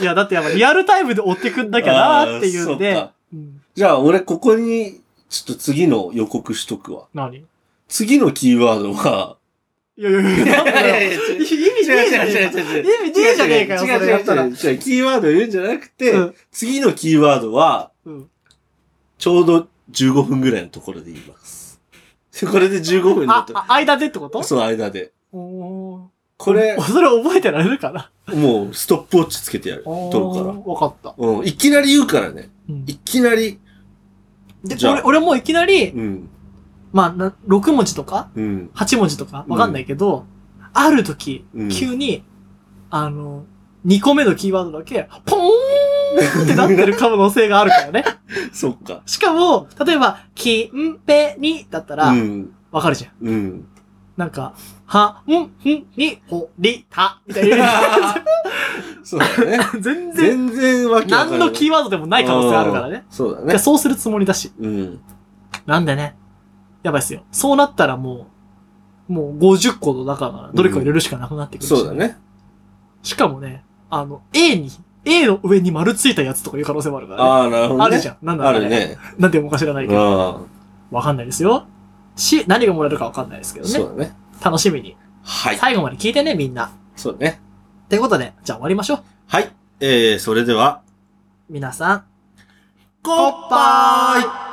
S1: いや、だってやっぱリアルタイムで追ってくんなきゃなーっていうん
S2: あーそ
S1: で
S2: っか。
S1: うん
S2: じゃあ、俺ここに、ちょっと次の予告しとくわ。
S1: 何い
S2: 次のキーワードは、
S1: やいやいや、なんだよ意味ねえじゃねえ
S2: 違
S1: か
S2: う違う違う違う
S1: 意味ねえじゃねえかよ、それやったら
S2: 違う違う。違う違うキーワード言うんじゃなくて、
S1: うん
S2: 次のキーワードは、
S1: うん
S2: ちょうど15分ぐらいのところで言います。これで15分だ
S1: あ
S2: と、。
S1: あ間でってこと
S2: その間で。
S1: おー
S2: これ
S1: お、それ覚えてられるかな
S2: もうストップウォッチつけてやる。撮る
S1: お
S2: か
S1: ーわかった。
S2: ら。うん。いきなり言うからね。
S1: うん
S2: いきなり。
S1: で、
S2: じゃあ
S1: 俺、俺もいきなり、
S2: うん。
S1: まあな、6文字とか、
S2: うん。
S1: 8文字とか、わかんないけど、ある時、
S2: うん
S1: 急に、あの、2個目のキーワードだけ、ポーンってなってる可能性があ
S2: *laughs*
S1: るからね。
S2: そっか。
S1: しかも、例えば、きんぺにだったら
S2: う、ん。
S1: わかるじゃん。
S2: うん。
S1: なんか、は、ん、ん、に、ほ、り、た、みたいな。
S2: そうだね。
S1: 全然、
S2: *laughs* 全然わけわか
S1: 何
S2: らない。
S1: のキーワードでもない可能性あるからね。
S2: うん。そうだ
S1: いや
S2: ね。
S1: そうするつもりだし。
S2: うん。
S1: なんでね、やばいっすよ。そうなったらもう、もう50個の中からどれかを入れるしかなくなってくるし、
S2: そうだ。ね。
S1: しかもね、あの、A に、A の上に丸ついたやつとかいう可能性もあるからね。
S2: ああ、なるほど、ね。
S1: あるじゃん。なんだ
S2: あ
S1: ろう
S2: る
S1: ね。
S2: ね。
S1: なんて読むか知らないけど。
S2: あ
S1: わかんないですよ。し、何がもらえるかわかんないですけ
S2: あ、
S1: どね。
S2: そうだね。
S1: 楽しみに。
S2: はい。
S1: 最後まで聞いてね、みんな。
S2: そうだね。
S1: ってことで、じゃあ終わりましょう。
S2: はい。えー、それでは、
S1: 皆さん。
S2: こ
S1: っぱ
S2: い